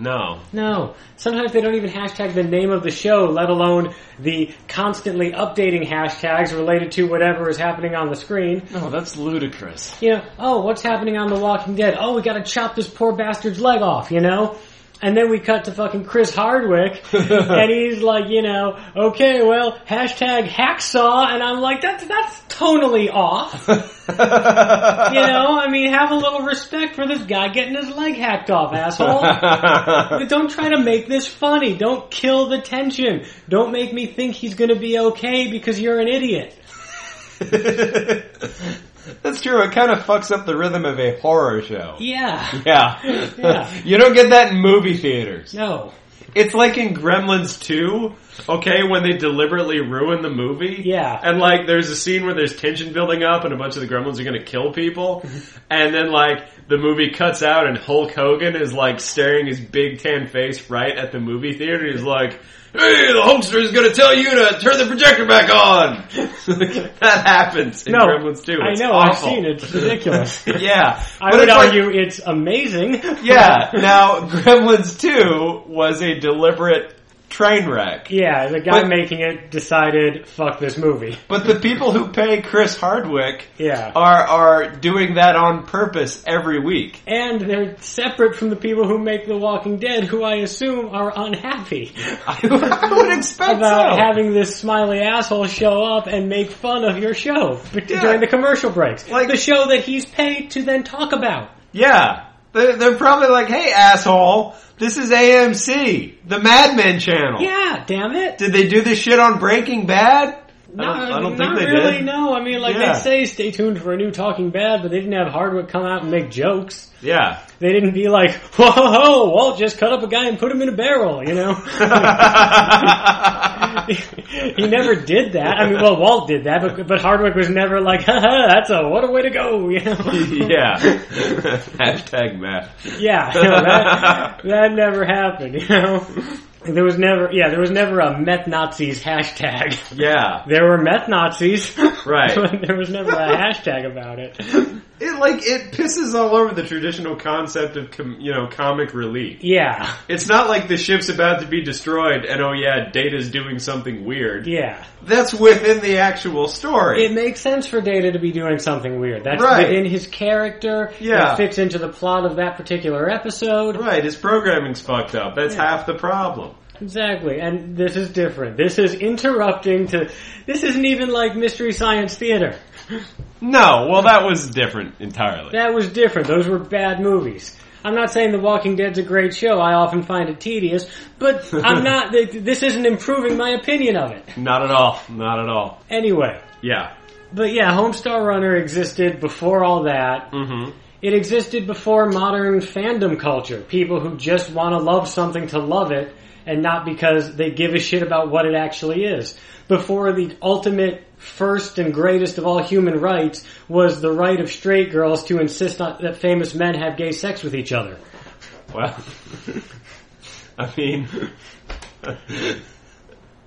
No. No, sometimes they don't even hashtag the name of the show, let alone the constantly updating hashtags related to whatever is happening on the screen. No, that's ludicrous. you know, oh, what's happening on The Walking Dead? Oh, we gotta chop this poor bastard's leg off, you know? And then we cut to fucking Chris Hardwick, and he's like, you know, okay, well, hashtag hacksaw, and I'm like, that's, that's tonally off. You know, I mean, have a little respect for this guy getting his leg hacked off, asshole. But don't try to make this funny. Don't kill the tension. Don't make me think he's gonna be okay because you're an idiot. That's true. It kind of fucks up the rhythm of a horror show. Yeah. Yeah. Yeah. you don't get that in movie theaters. No. It's like in Gremlins 2, okay, when they deliberately ruin the movie. Yeah. And Mm-hmm. like there's a scene where there's tension building up and a bunch of the gremlins are going to kill people. and then like the movie cuts out and Hulk Hogan is like staring his big tan face right at the movie theater. He's like, "Hey, the Hulkster is going to tell you to turn the projector back on." that happens in No, Gremlins too. I It's know, I've awful. seen it. It's ridiculous. yeah, I But would it's like- argue it's amazing. yeah. Now, Gremlins Two was a deliberate train wreck. yeah, the guy But- making it decided, fuck this movie. But the people who pay Chris Hardwick Yeah. are are doing that on purpose every week. and they're separate from the people who make The Walking Dead, who I assume are unhappy I, would expect about so. having this smiley asshole show up and make fun of your show b- Yeah. during the commercial breaks. Like- the show that he's paid to then talk about. yeah, they're, they're probably like, "Hey, asshole, this is AMC, the Mad Men channel. Yeah, damn it. Did they do this shit on Breaking Bad? Not, I don't, I don't think not they really, did. no. I mean, like, Yeah. they say stay tuned for a new Talking Bad, but they didn't have Hardwick come out and make jokes. Yeah. They didn't be like, whoa, ho, ho, Walt just cut up a guy and put him in a barrel, you know? he never did that. I mean, well, Walt did that, but, but Hardwick was never like, haha, that's a, what a way to go, you know? yeah. Hashtag Matt. yeah, you know, that, that never happened, you know? There was never, yeah, there was never a meth Nazis hashtag. Yeah. There were meth Nazis. Right. but there was never a hashtag about it. It like it pisses all over the traditional concept of com- you know comic relief. Yeah, It's not like the ship's about to be destroyed and oh yeah, Data's doing something weird. yeah. That's within the actual story. It makes sense for Data to be doing something weird. That's Right. within his character. Yeah. That fits into the plot of that particular episode. right, his programming's fucked up. That's Yeah. half the problem. Exactly. And this is different. This is interrupting to. This isn't even like Mystery Science Theater. No, well that was different entirely. That was different. Those were bad movies. I'm not saying The Walking Dead's a great show. I often find it tedious. But I'm not. th- This isn't improving my opinion of it. Not at all. Not at all. Anyway. Yeah. But yeah, Homestar Runner existed before all that. Mm-hmm. It existed before modern fandom culture. People who just want to love something to love it and not because they give a shit about what it actually is. Before the ultimate first and greatest of all human rights was the right of straight girls to insist on, that famous men have gay sex with each other. Well, I mean,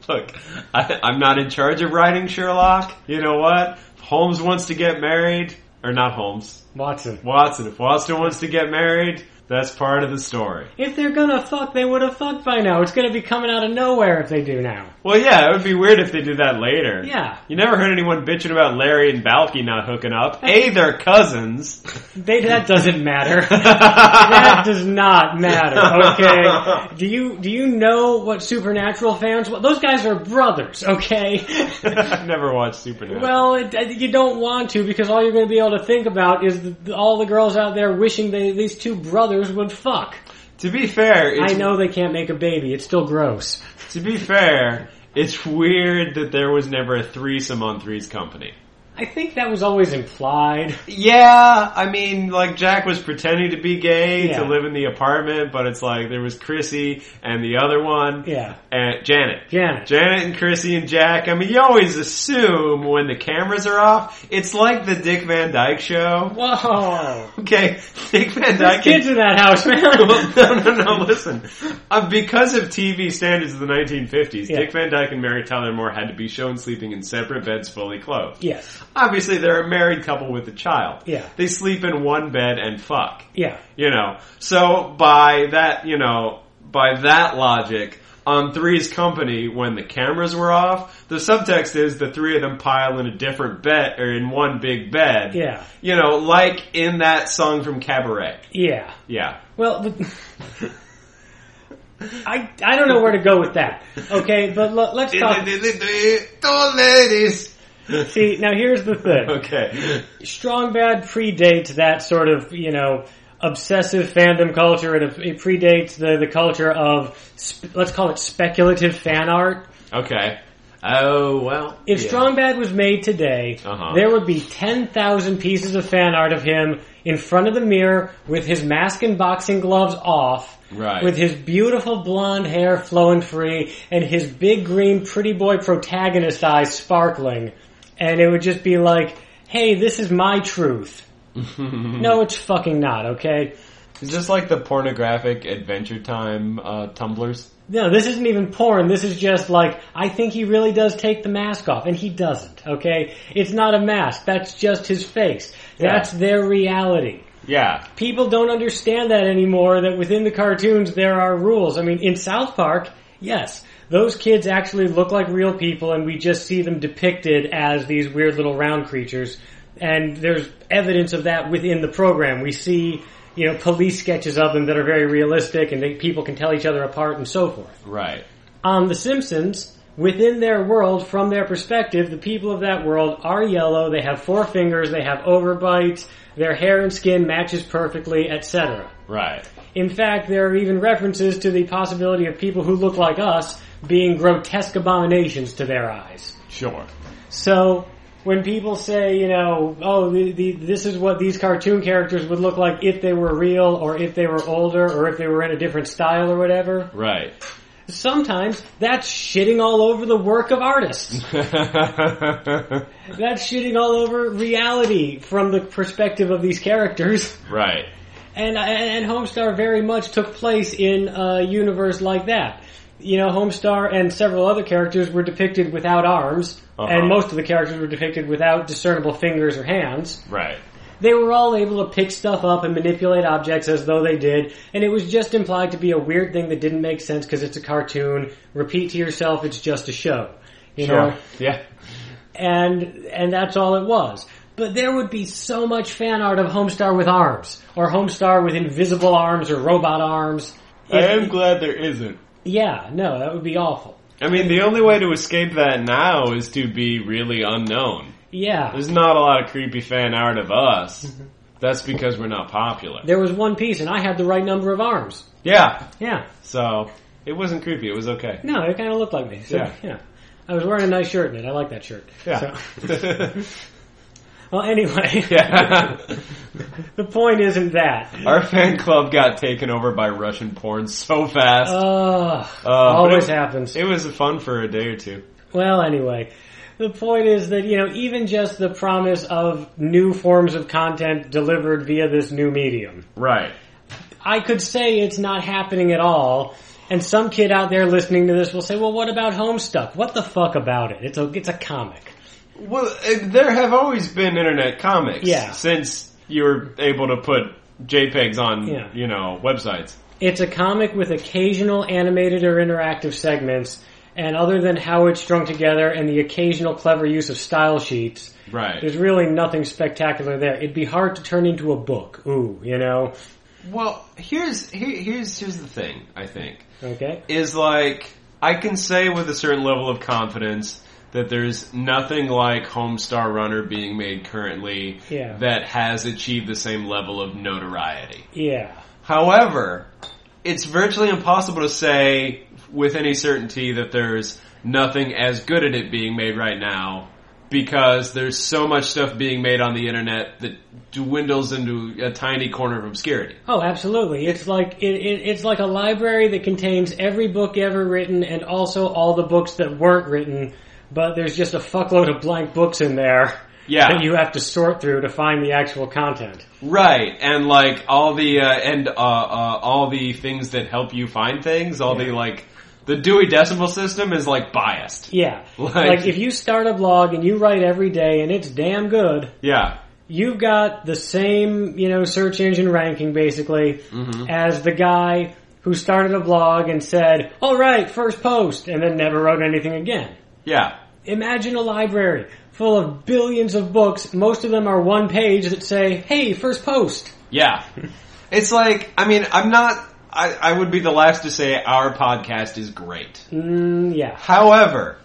look, I, I'm not in charge of writing Sherlock. You know what? If Holmes wants to get married, or not Holmes, Watson. Watson. If Watson wants to get married, that's part of the story. If they're gonna fuck, they would have fucked by now. It's gonna be coming out of nowhere if they do now. Well, yeah, it would be weird if they did that later. Yeah. You never heard anyone bitching about Larry and Balky not hooking up. A, they're cousins. They, that doesn't matter. that does not matter. Okay. Do you do you know what Supernatural fans? Well, those guys are brothers. Okay. I've never watched Supernatural. Well, it, uh, you don't want to because all you're going to be able to think about is the, all the girls out there wishing they, these two brothers would fuck. to be fair, it's I know they can't make a baby. It's still gross. To be fair, it's weird that there was never a threesome on Three's Company. I think that was always implied. Yeah, I mean, like Jack was pretending to be gay Yeah. to live in the apartment, but it's like there was Chrissy and the other one, Yeah. and Janet. Janet. Janet and Chrissy and Jack. I mean, you always assume when the cameras are off, it's like the Dick Van Dyke show. Whoa. Okay, Dick Van There's Dyke. kids in that house, man. no, no, no. Listen, uh, because of TV standards of the 1950s, Yeah. Dick Van Dyke and Mary Tyler Moore had to be shown sleeping in separate beds, fully clothed. yes. Obviously, they're a married couple with a child. Yeah. they sleep in one bed and fuck. Yeah. You know, so by that, you know, by that logic. On Three's Company, when the cameras were off, the subtext is the three of them pile in a different bed or in one big bed. Yeah. you know, like in that song from Cabaret. Yeah. Yeah, Well, the, I I don't know where to go with that. Okay, but l- let's talk. Two ladies. See, now here's the thing. Okay. Strong Bad predates that sort of you know obsessive fandom culture. It, it predates the the culture of sp- let's call it speculative fan art. Okay. Oh well. If yeah. Strong Bad was made today, Uh-huh. there would be 10,000 pieces of fan art of him in front of the mirror with his mask and boxing gloves off. Right. With his beautiful blonde hair flowing free and his big green pretty boy protagonist eyes sparkling. And it would just be like, hey, this is my truth. No, it's fucking not, okay? It's just like the pornographic Adventure Time uh, tumblers. No, this isn't even porn. This is just like, I think he really does take the mask off, and he doesn't, okay? It's not a mask. That's just his face. Yeah. That's their reality. Yeah, People don't understand that anymore, that within the cartoons there are rules. I mean, in South Park, yes, those kids actually look like real people, and we just see them depicted as these weird little round creatures. And there's evidence of that within the program. We see, you know, police sketches of them that are very realistic, and they, people can tell each other apart and so forth right. on Um, The Simpsons, within their world, from their perspective, the people of that world are yellow, they have four fingers, they have overbites, their hair and skin matches perfectly, etc. Right. In fact, there are even references to the possibility of people who look like us being grotesque abominations to their eyes. Sure. So, when people say, you know, oh, the, the, this is what these cartoon characters would look like if they were real, or if they were older, or if they were in a different style or whatever, Right. sometimes that's shitting all over the work of artists. right. That's shitting all over reality from the perspective of these characters. And and Homestar very much took place in a universe like that. You know, Homestar and several other characters were depicted without arms, Uh-huh. and most of the characters were depicted without discernible fingers or hands. Right. They were all able to pick stuff up and manipulate objects as though they did, and it was just implied to be a weird thing that didn't make sense because it's a cartoon. Repeat to yourself, it's just a show. You Sure. know? Yeah. and and that's all it was. But there would be so much fan art of Homestar with arms, or Homestar with invisible arms, or robot arms. I If- am glad there isn't. yeah, no, that would be awful. I mean, the only way to escape that now is to be really unknown. Yeah, There's not a lot of creepy fan art of us. That's because we're not popular. there was one piece, and I had the right number of arms. Yeah. Yeah, So it wasn't creepy. It was okay. no, it kind of looked like me. So, Yeah. yeah, I was wearing a nice shirt in it. I like that shirt. Yeah. So- well, anyway, yeah. the point isn't that. Our fan club got taken over by Russian porn so fast. Uh. Ugh, Uh, but always it- happens. It was fun for a day or two. Well, anyway, the point is that, you know, even just the promise of new forms of content delivered via this new medium, Right. I could say it's not happening at all. And some kid out there listening to this will say, well, what about Homestuck? What the fuck about it? It's a, it's a comic. Well, uh, there have always been internet comics. Yeah. Since you were able to put JPEGs on, Yeah. you know, websites. It's a comic with occasional animated or interactive segments. And other than how it's strung together and the occasional clever use of style sheets, Right. there's really nothing spectacular there. It'd be hard to turn into a book. Ooh, you know? Well, here's here, here's here's the thing. I think Okay? is like I can say with a certain level of confidence that there's nothing like Homestar Runner being made currently Yeah. that has achieved the same level of notoriety. Yeah. However, it's virtually impossible to say with any certainty that there's nothing as good at it being made right now because there's so much stuff being made on the internet that dwindles into a tiny corner of obscurity. Oh, absolutely. It's like it, it, it's like a library that contains every book ever written and also all the books that weren't written, but there's just a fuckload of blank books in there Yeah. that you have to sort through to find the actual content. Right, and like all the uh, and uh, uh, all the things that help you find things, all the like the Dewey Decimal System is like biased. Yeah. Like- like if you start a blog and you write every day and it's damn good, Yeah, you've got the same, you know, search engine ranking basically as the guy who started a blog and said, "All right, first post," and then never wrote anything again. yeah, Imagine a library full of billions of books. Most of them are one page that say, hey, first post. yeah. it's like I mean I'm not. I, I would be the last to say our podcast is great. Mm, yeah. However,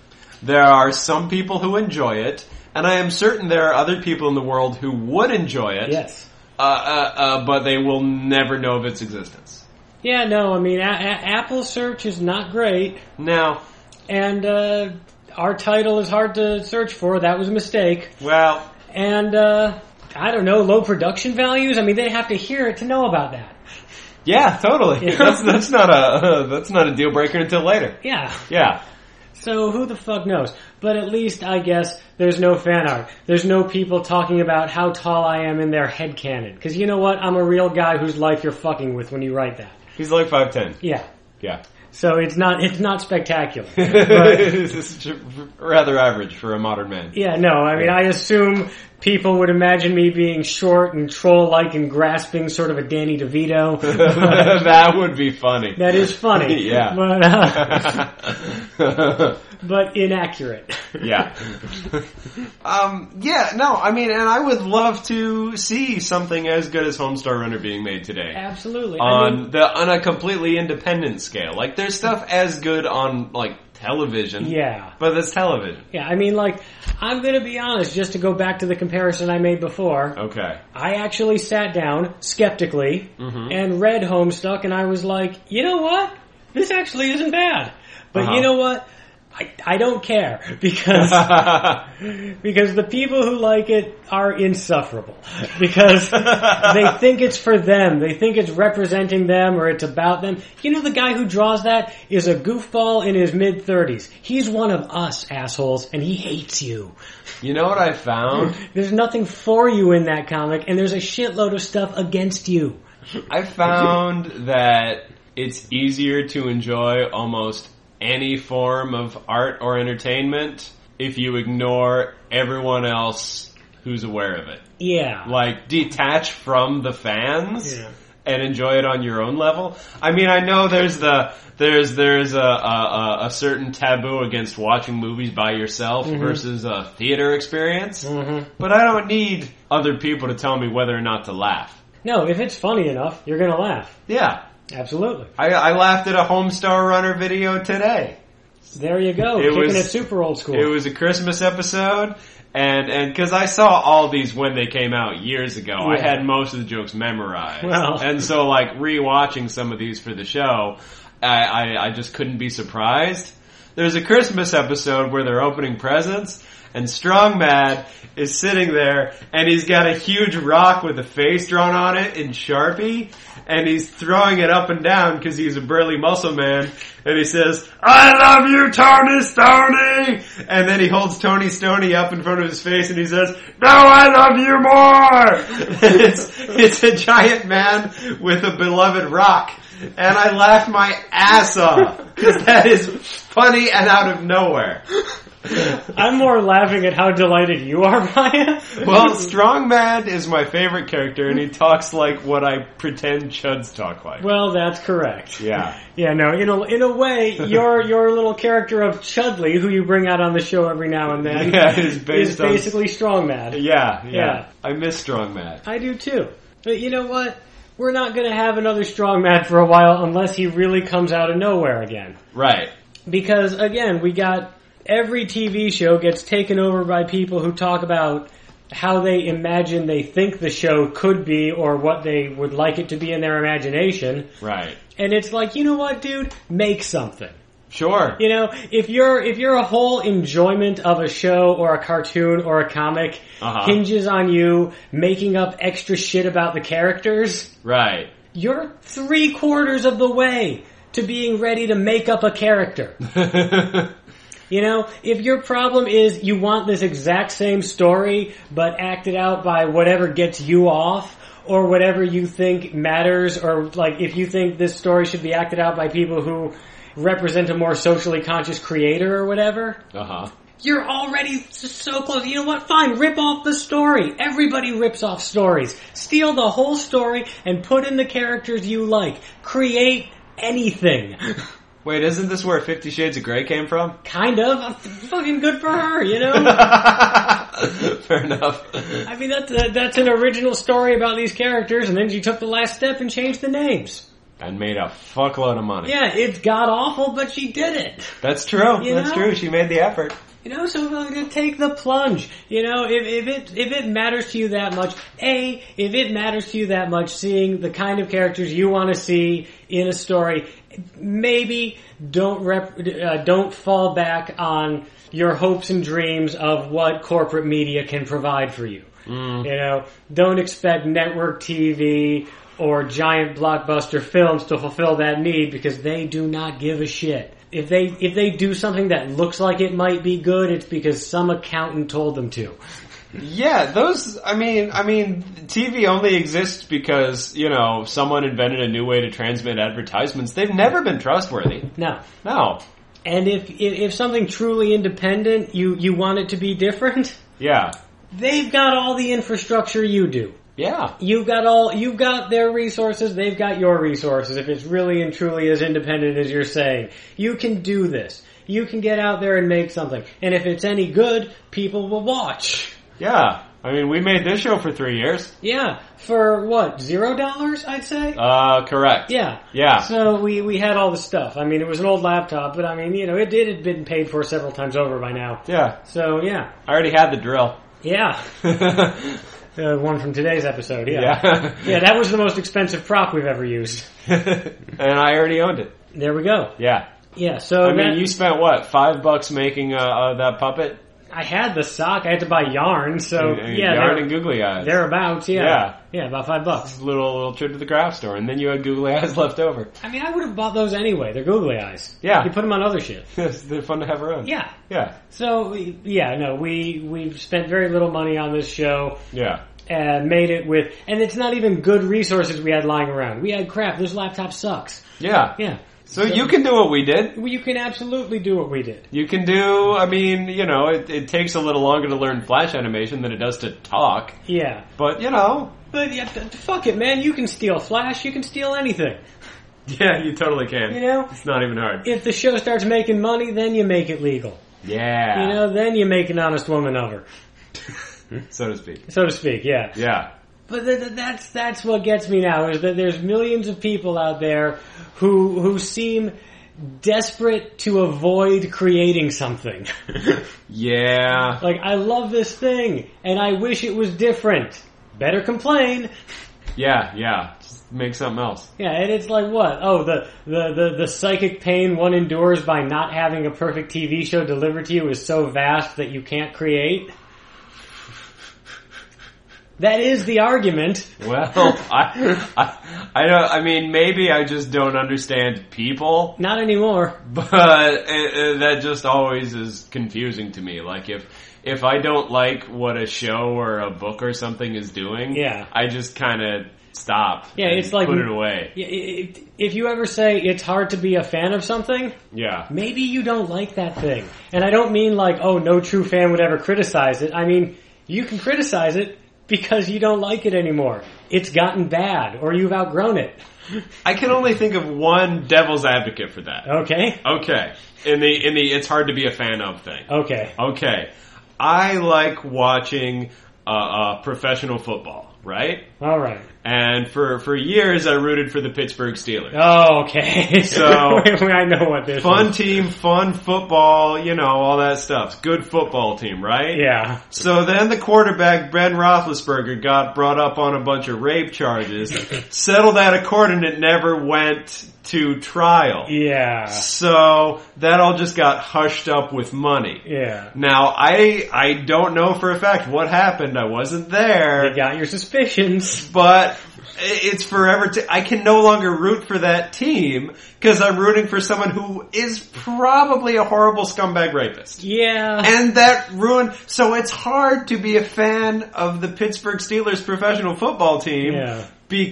there are some people who enjoy it, and I am certain there are other people in the world who would enjoy it. Yes. uh, uh, uh, but they will never know of its existence. Yeah, no, I mean, a- a- Apple search is not great, Now, and uh, our title is hard to search for. That was a mistake. well, And, uh, I don't know, low production values? I mean, they have to hear it to know about that. Yeah, totally. Yeah. That's that's not a that's not a deal breaker until later. Yeah. Yeah, So who the fuck knows? But at least I guess there's no fan art. There's no people talking about how tall I am in their head cannon. Because you know what? I'm a real guy whose life you're fucking with when you write that. He's like five ten. Yeah. Yeah, So it's not it's not spectacular. But This is rather average for a modern man. yeah, no, I mean I assume people would imagine me being short and troll like and grasping sort of a Danny DeVito. that would be funny. That is funny. Yeah. But uh, but inaccurate. yeah. um, yeah, no, I mean, and I would love to see something as good as Homestar Runner being made today. Absolutely. I mean, On the on a completely independent scale. Like there's stuff as good on like television. yeah. But that's television. Yeah, I mean, like, I'm gonna be honest, just to go back to the comparison I made before, Okay. I actually sat down, skeptically, Mm-hmm. and read Homestuck, and I was like, you know what? This actually isn't bad. But Uh-huh. you know what? I, I don't care, because, because the people who like it are insufferable. Because they think it's for them. They think it's representing them or it's about them. You know, the guy who draws that is a goofball in his mid 30s. He's one of us, assholes, and he hates you. you know what I found? There's nothing for you in that comic, and there's a shitload of stuff against you. I found that it's easier to enjoy almost any form of art or entertainment if you ignore everyone else who's aware of it. Yeah. Like, detach from the fans. Yeah. And enjoy it on your own level. I mean, I know there's the there's there's a a, a- a certain taboo against watching movies by yourself versus a theater experience, but I don't need other people to tell me whether or not to laugh. No, if it's funny enough, you're gonna laugh. Yeah, Absolutely. I, I laughed at a Homestar Runner video today. There you go. It Kicking was- it super old school. It was a Christmas episode, and and because I saw all these when they came out years ago, I Yeah. had most of the jokes memorized, Well. and so like rewatching some of these for the show, I, I I just couldn't be surprised. There's a Christmas episode where they're opening presents. And Strong Mad is sitting there, and he's got a huge rock with a face drawn on it in Sharpie, and he's throwing it up and down because he's a burly muscle man, and he says, I love you, Tony Stoney! And then he holds Tony Stoney up in front of his face and he says, No, I love you more! And it's, it's a giant man with a beloved rock. And I laughed my ass off because that is funny and out of nowhere. I'm more laughing at how delighted you are, Brian. Well, Strong Man is my favorite character and he talks like what I pretend chuds talk like. well, that's correct. Yeah. Yeah, no, in a, in a way, your your little character of Chudley, who you bring out on the show every now and then, Yeah, it's based is on- basically Strong Mad. Yeah, yeah. Yeah. I miss Strong Man. I do too. But you know what? We're not going to have another Strong Mad for a while unless he really comes out of nowhere again. Right. Because again, we got every TV show gets taken over by people who talk about how they imagine they think the show could be or what they would like it to be in their imagination. Right. And it's like, you know what, dude? Make something. Sure. You know, if your if your whole enjoyment of a show or a cartoon or a comic Uh-huh. hinges on you making up extra shit about the characters, Right. you're three quarters of the way to being ready to make up a character. Uh-huh. You know, if your problem is you want this exact same story, but acted out by whatever gets you off, or whatever you think matters, or like if you think this story should be acted out by people who represent a more socially conscious creator or whatever, Uh huh. you're already s- so close. You know what? Fine, rip off the story. Everybody rips off stories. Steal the whole story and put in the characters you like. Create anything. Wait, isn't this where Fifty Shades of Grey came from? Kind of. Fucking good for her, you know? Fair enough. I mean, that's uh, that's an original story about these characters, and then she took the last step and changed the names. And made a fuckload of money. Yeah, it's god awful, but she did it. That's true. You That's know? true. She made the effort. You know, so we're gonna take the plunge. You know, if, if it if it matters to you that much, a if it matters to you that much, seeing the kind of characters you want to see in a story, maybe don't rep, uh, don't fall back on your hopes and dreams of what corporate media can provide for you. You know, don't expect network TV or giant blockbuster films to fulfill that need because they do not give a shit. If they if they do something that looks like it might be good, it's because some accountant told them to. Yeah, those. I mean, I mean, TV only exists because you know someone invented a new way to transmit advertisements. They've never been trustworthy. No. No. And if if, if something truly independent, you you want it to be different, Yeah. they've got all the infrastructure you do. Yeah. You've got all you've got their resources, they've got your resources if it's really and truly as independent as you're saying. You can do this. You can get out there and make something. And if it's any good, people will watch. Yeah. I mean, we made this show for three years. Yeah, for what? 0 dollars, I'd say. Uh, correct. yeah. Yeah. So we we had all the stuff. I mean, it was an old laptop, but I mean, you know, it it had been paid for several times over by now. Yeah. So, yeah. I already had the drill. Yeah. yeah. Uh, one from today's episode, yeah. Yeah, that was the most expensive prop we've ever used. and I already owned it. There we go. Yeah. Yeah, so I mean, that- you spent what five bucks making uh, uh, that puppet? I had the sock. I had to buy yarn, so And- and yeah, yarn there- and googly eyes. thereabouts. Yeah. Yeah. yeah, about five bucks. Little little trip to the craft store, and then you had googly eyes left over. I mean, I would have bought those anyway. They're googly eyes. Yeah. you put them on other shit. They're fun to have around. Yeah. Yeah. So yeah, no, we we've spent very little money on this show Yeah. and made it with, and it's not even good resources we had lying around. We had crap. This laptop sucks. Yeah. Yeah. So you can do what we did. Well, you can absolutely do what we did. You can do, I mean, you know, it, it takes a little longer to learn flash animation than it does to talk, Yeah. but you know. But yeah, th- fuck it, man. You can steal Flash. You can steal anything. Yeah, you totally can. You know? It's not even hard. If the show starts making money, then you make it legal. Yeah. You know, then you make an honest woman of her, so to speak. so to speak. Yeah. Yeah. But th- th- that's that's what gets me now is that there's millions of people out there who who seem desperate to avoid creating something. Yeah. like I love this thing and I wish it was different. Better complain. Yeah, yeah. Just make something else. Yeah, and it's like what? Oh, the, the, the, the psychic pain one endures by not having a perfect TV show delivered to you is so vast that you can't create. That is the argument. Well, I, I, I don't, I mean, maybe I just don't understand people. Not anymore. but uh, that just always is confusing to me. Like if if I don't like what a show or a book or something is doing, Yeah. I just kind of stop. Yeah, and it's like- put it away. Yeah, i- i- If you ever say it's hard to be a fan of something, Yeah, maybe you don't like that thing. And I don't mean like, oh, no true fan would ever criticize it. I mean, you can criticize it because you don't like it anymore. It's gotten bad or you've outgrown it. I can only think of one devil's advocate for that. Okay? Okay, in the in the it's hard to be a fan of thing. Okay. Okay, I like watching uh, uh, professional football, right? All right. And for for years, I rooted for the Pittsburgh Steelers. Oh, okay. So So- I know what this Fun is. team, fun football, you know, all that stuff. Good football team, right? Yeah. So then the quarterback, Ben Roethlisberger, got brought up on a bunch of rape charges, settled out of court, and it never went to trial. Yeah. So that all just got hushed up with money. Yeah. Now, I, I don't know for a fact what happened. I wasn't there You got your suspicions. but it's forever. T- I can no longer root for that team because I'm rooting for someone who is probably a horrible scumbag rapist. Yeah. And that ruined. So it's hard to be a fan of the Pittsburgh Steelers professional football team Yeah.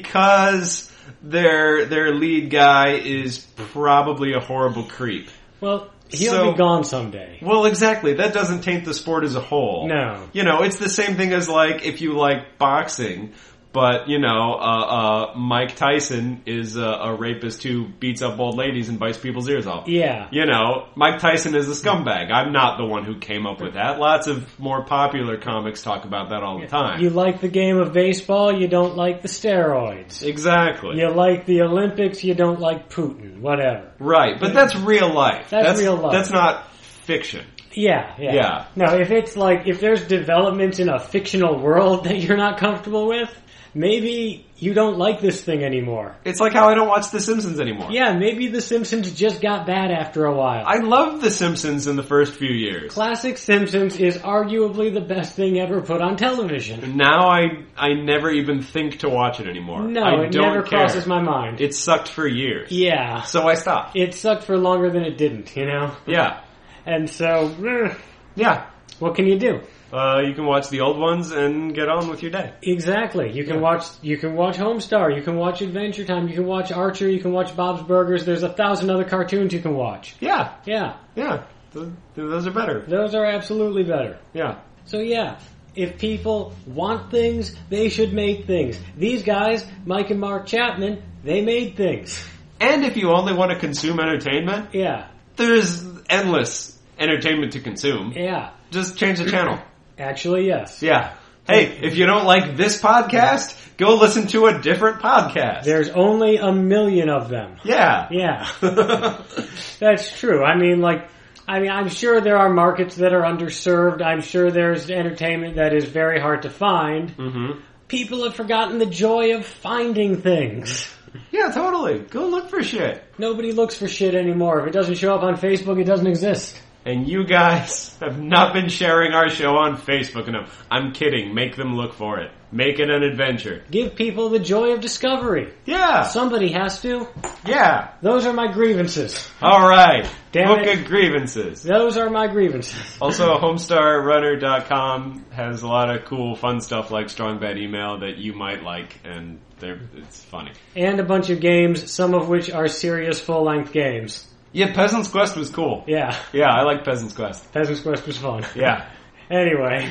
because their their lead guy is probably a horrible creep. Well, he'll So- be gone someday. Well, exactly. That doesn't taint the sport as a whole. No. You know, it's the same thing as like if you like boxing, but you know, uh, uh, Mike Tyson is a, a rapist who beats up old ladies and bites people's ears off. Yeah. You know, Mike Tyson is a scumbag. I'm not the one who came up with that. Lots of more popular comics talk about that all the time. You like the game of baseball, you don't like the steroids. exactly. You like the Olympics, you don't like Putin. Whatever. Right, but that's real life. That's real life. That's not fiction. Yeah, yeah. Yeah. No, if it's like, if there's developments in a fictional world that you're not comfortable with, maybe you don't like this thing anymore. It's like how I don't watch The Simpsons anymore. Yeah, maybe The Simpsons just got bad after a while. I loved The Simpsons in the first few years. Classic Simpsons is arguably the best thing ever put on television. Now I I never even think to watch it anymore. No, I it don't never care. crosses my mind. It sucked for years. yeah. So I stopped. It sucked for longer than it didn't, you know? Yeah. And so, eh, Yeah. what can you do? Uh, you can watch the old ones and get on with your day. Exactly. You can watch you can watch Homestar, you can watch Adventure Time, you can watch Archer, you can watch Bob's Burgers. There's a thousand other cartoons you can watch. Yeah. Yeah, Yeah. Th- those are better. those are absolutely better. Yeah. So yeah, if people want things, they should make things. These guys, Mike and Mark Chapman, they made things. And if you only want to consume entertainment, Yeah. there's endless entertainment to consume. Yeah. Just change the channel. Actually, yes. Yeah. Hey, if you don't like this podcast, go listen to a different podcast. There's only a million of them. yeah. Yeah. Mm-hmm. That's true. I mean, like, I mean, I'm sure there are markets that are underserved. I'm sure there's entertainment that is very hard to find. hmm People have forgotten the joy of finding things. Yeah, totally. Go look for shit. Nobody looks for shit anymore. If it doesn't show up on Facebook, it doesn't exist. And you guys have not been sharing our show on Facebook enough. I'm kidding. Make them look for it. Make it an adventure. Give people the joy of discovery. Yeah. Somebody has to. Yeah. Those are my grievances. All right. Damn Book it. of grievances. Those are my grievances. Also, homestarrunner.com has a lot of cool, fun stuff like strong bad email that you might like, and they're, it's funny. And a bunch of games, some of which are serious full-length games. Yeah, Peasant's Quest was cool. Yeah. Yeah, I like Peasant's Quest. Peasant's Quest was fun. Yeah. Anyway.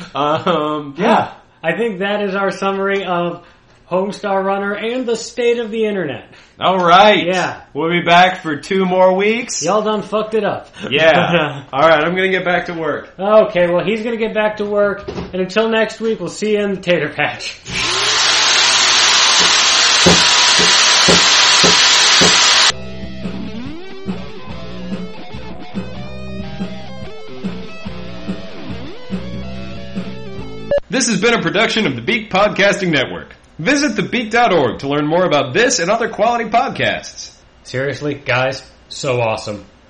um, yeah. I think that is our summary of Homestar Runner and the state of the internet. All right. Yeah. We'll be back for two more weeks. Y'all done fucked it up. Yeah. All right, I'm going to get back to work. okay, well, he's gonna get back to work, and until next week, we'll see you in the tater patch. This has been a production of the Beak Podcasting Network. Visit thebeak.org to learn more about this and other quality podcasts. Seriously, guys, so awesome.